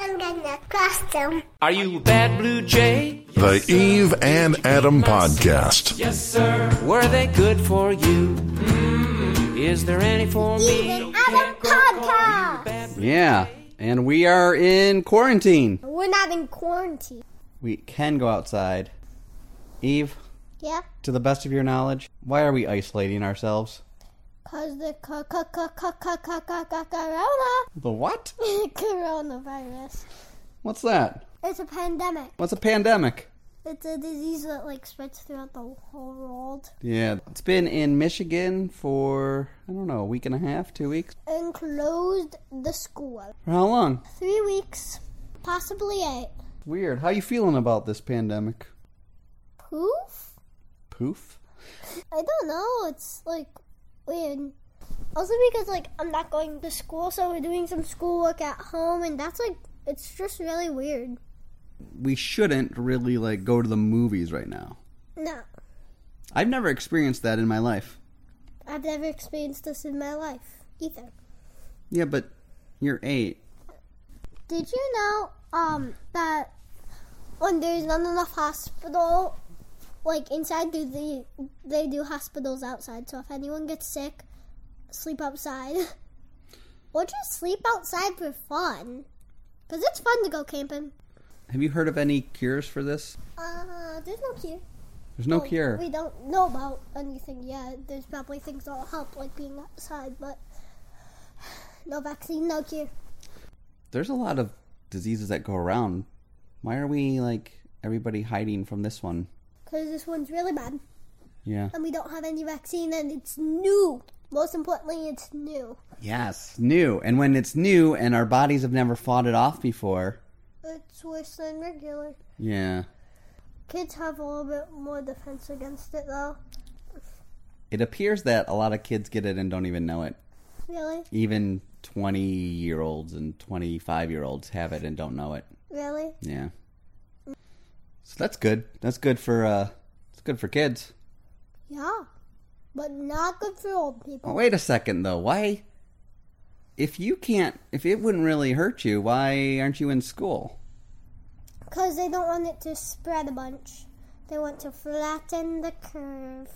in the costume. Are you a bad blue jay? The Eve and Adam Podcast. Yes, sir. Were they good for you? Mm, Is there any for me? Even Adam Podcast. Yeah, and we are in quarantine. We're not in quarantine. We can go outside. Eve, Yeah, to the best of your knowledge, why are we isolating ourselves? cause the co- co- co- co- co- co- co- co- corona The what? coronavirus. What's that? It's a pandemic. What's a pandemic? It's a disease that like spreads throughout the whole world, Yeah, it's been in Michigan for, I don't know, a week and a half, two weeks? and closed the school For how long? three weeks, possibly eight. Weird. How you feeling about this pandemic? Poof. Poof? I don't know. It's like weird. Also because like I'm not going to school, so we're doing some schoolwork at home, and that's like it's just really weird. We shouldn't really, like, go to the movies right now. No, I've never experienced that in my life. I've never experienced this in my life either. Yeah, but you're eight. Did you know um that when there's not enough hospital like inside do the they do hospitals outside, so if anyone gets sick, sleep outside. or just sleep outside for fun. Cause it's fun to go camping. Have you heard of any cures for this? Uh there's no cure. There's no Well, cure. Oh, We don't know about anything yet. There's probably things that'll help like being outside, but no vaccine, no cure. there's a lot of diseases that go around. Why are we like everybody hiding from this one? Cause this one's really bad. Yeah. and we don't have any vaccine and it's new. Most importantly, it's new. Yes, new. And when it's new and our bodies have never fought it off before. It's worse than regular. Yeah. Kids have a little bit more defense against it though. It appears that a lot of kids get it and don't even know it. Really? Even 20 year olds and 25 year olds have it and don't know it. Really? Yeah. So that's good. That's good for uh it's good for kids. Yeah. But not good for old people. Well, wait a second though. Why if you can't if it wouldn't really hurt you, why aren't you in school? Because they don't want it to spread a bunch. They want to flatten the curve.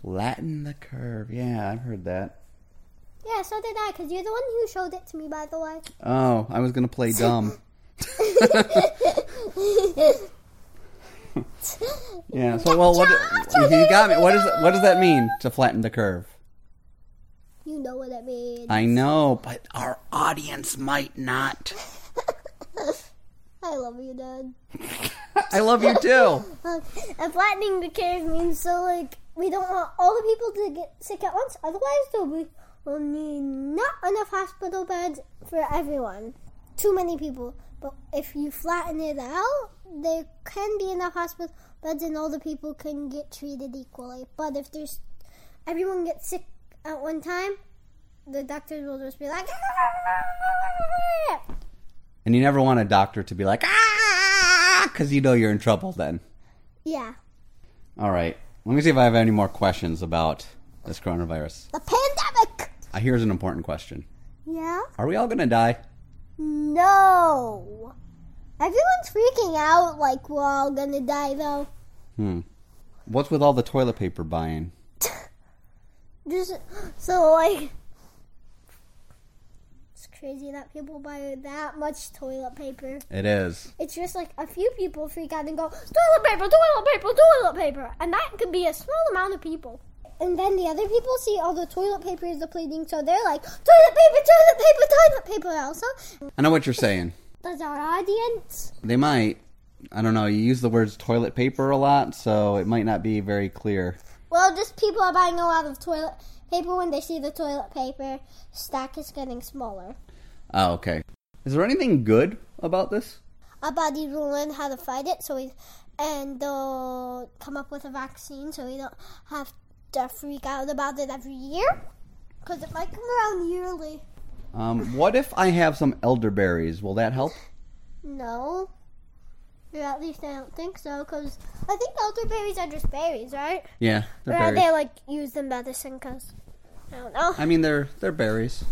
Flatten the curve. Yeah, I've heard that. Yeah, so did I, because you're the one who showed it to me, by the way. Oh, I was gonna play dumb. yeah. So, well, what you got me? What is what does that mean to flatten the curve? You know what I mean. I know, but our audience might not. I love you, Dad. I love you too. Um, and flattening the curve means so like we don't want all the people to get sick at once. Otherwise, there will be will need not enough hospital beds for everyone. Too many people. But if you flatten it out, there can be enough hospital beds, and all the people can get treated equally. But if there's everyone gets sick at one time, the doctors will just be like. And you never want a doctor to be like ah, because you know you're in trouble. Then. Yeah, All right. Let me see if I have any more questions about this coronavirus. the pandemic. Uh, here's an important question: Yeah. Are we all gonna die? No. Everyone's freaking out like we're all gonna die though. Hmm. What's with all the toilet paper buying? Just so like it's crazy that people buy that much toilet paper. It is. It's just like a few people freak out and go toilet paper, toilet paper, toilet paper, and that could be a small amount of people. And then the other people see all the toilet paper is depleting, so they're like toilet paper, toilet paper, toilet paper. Also, I know what you're saying. does our audience? They might. I don't know. You use the words toilet paper a lot, so it might not be very clear. Well, just people are buying a lot of toilet paper when they see the toilet paper stack is getting smaller. Oh, okay. Is there anything good about this? Our bodies will learn how to fight it, so we and they'll come up with a vaccine, so we don't have to freak out about it every year, because it might come around yearly. Um, what if I have some elderberries? Will that help? No, or at least I don't think so, because I think elderberries are just berries, right? Yeah, Or they're are they berries. like used in medicine? Because I don't know. I mean, they're they're berries.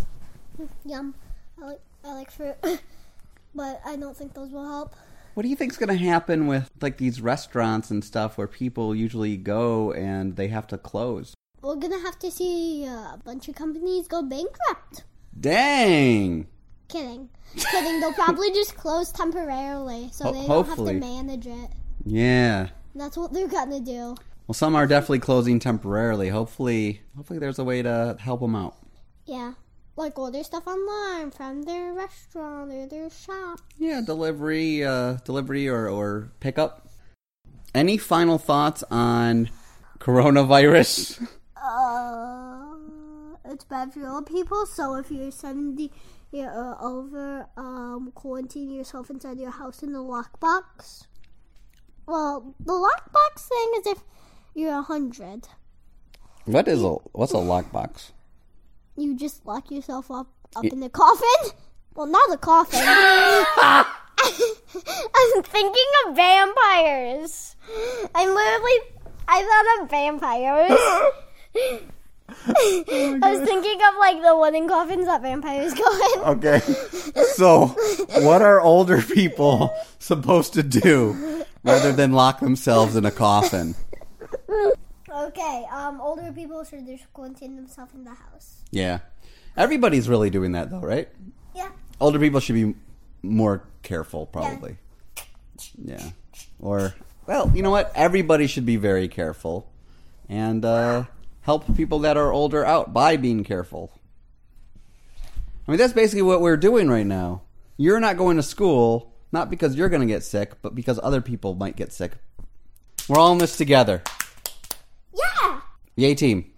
Yum. I like I like fruit. but I don't think those will help. What do you think's going to happen with like these restaurants and stuff where people usually go and they have to close? We're gonna have to see uh, a bunch of companies go bankrupt. Dang. Kidding, kidding. They'll probably just close temporarily, so Ho- they hopefully. don't have to manage it. Yeah. That's what they're gonna do. Well, some are definitely closing temporarily. Hopefully, hopefully there's a way to help them out. Yeah, like order stuff online from their restaurant or their shop. Yeah, delivery, uh, delivery or or pickup. Any final thoughts on coronavirus? Uh, it's bad for old people. So if you're 70 year or over, um, quarantine yourself inside your house in the lockbox. Well, the lockbox thing is if you're 100. What is a what's a lockbox? You just lock yourself up up in the coffin. Well, not the coffin. I'm thinking of vampires. I'm literally. I thought of vampires. I was thinking of like the wooden coffins that vampires go in. Okay. So, what are older people supposed to do rather than lock themselves in a coffin? Okay, um, older people should just quarantine themselves in the house. Yeah. Everybody's really doing that though, right? Yeah. Older people should be more careful probably. Yeah. Or well, you know what? Everybody should be very careful and uh, help people that are older out by being careful. I mean, that's basically what we're doing right now. You're not going to school not because you're going to get sick, but because other people might get sick. We're all in this together. Yeah! Yay team.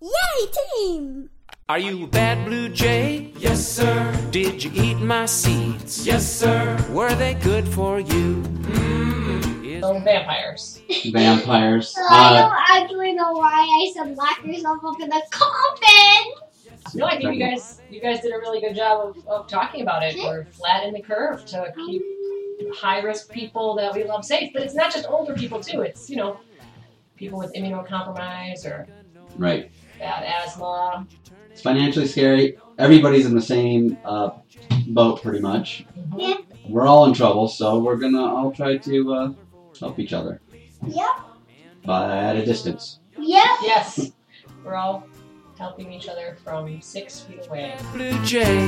Yay, team! Are you a bad blue jay? Yes, sir. Did you eat my seeds? Yes, sir. Were they good for you? Is- Little vampires. vampires. Uh, I don't actually know why I said lock yourself up in the coffin! No, I think you guys you guys did a really good job of, of talking about it. We're flat in the curve to keep high risk people that we love safe. But it's not just older people too. It's you know people with immunocompromise or right. bad asthma. It's financially scary. Everybody's in the same uh, boat, pretty much. Yeah. We're all in trouble, so we're gonna all try to uh, help each other, Yep, but at a distance. yep. Yes, we're all helping each other from six feet away. blue jay.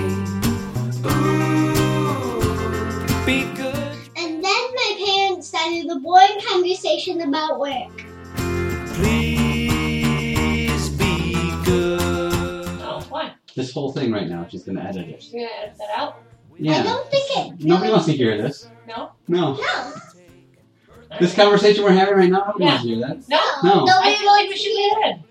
Ooh, be good. And then my parents started the boring conversation about work. Please be good. Oh, why? This whole thing right now, she's gonna edit it. You're gonna edit that out? I Yeah. don't think it. Nobody wants to hear this. No. No. No, This conversation we're having right now, nobody wants to hear that. No. No. I feel like we should leave it in.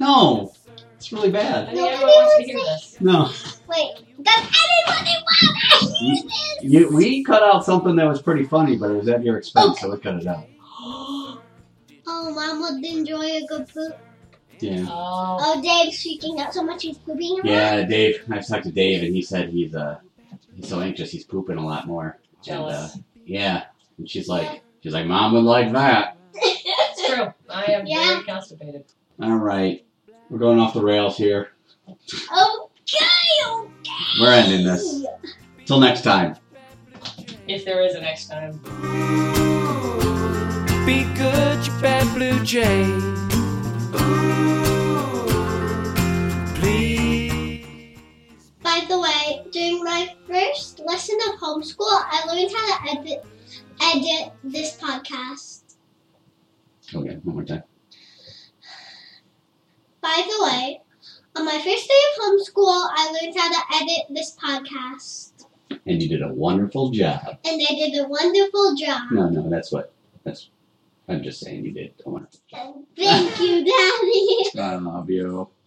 No. It's really I bad. think Nobody everyone wants to wants hear to- this. No. Wait, does anybody want to hear this? You, we cut out something that was pretty funny, but it was at your expense, so we cut it out. Oh, Mom would enjoy a good poop. Yeah. Oh, Oh, Dave's freaking out so much he's pooping. in my- Yeah, Dave. I've talked to Dave, and he said he's uh he's so anxious he's pooping a lot more. jealous. And, uh, yeah, and she's like, she's like, Mom would like that. It's true. I am Yeah. very constipated. All right, we're going off the rails here. Okay, okay. We're ending this. Till next time. If there is a next time. Be good, you bad blue jay. Ooh, please. By the way, during my first lesson of homeschool, I learned how to edit, edit this podcast. Okay, Oh, one more time. By the way, on my first day of homeschool, I learned how to edit this podcast. And you did a wonderful job. And I did a wonderful job. No, no, that's what. That's. I'm just saying you did a wonderful Thank you, Daddy. job. I love you.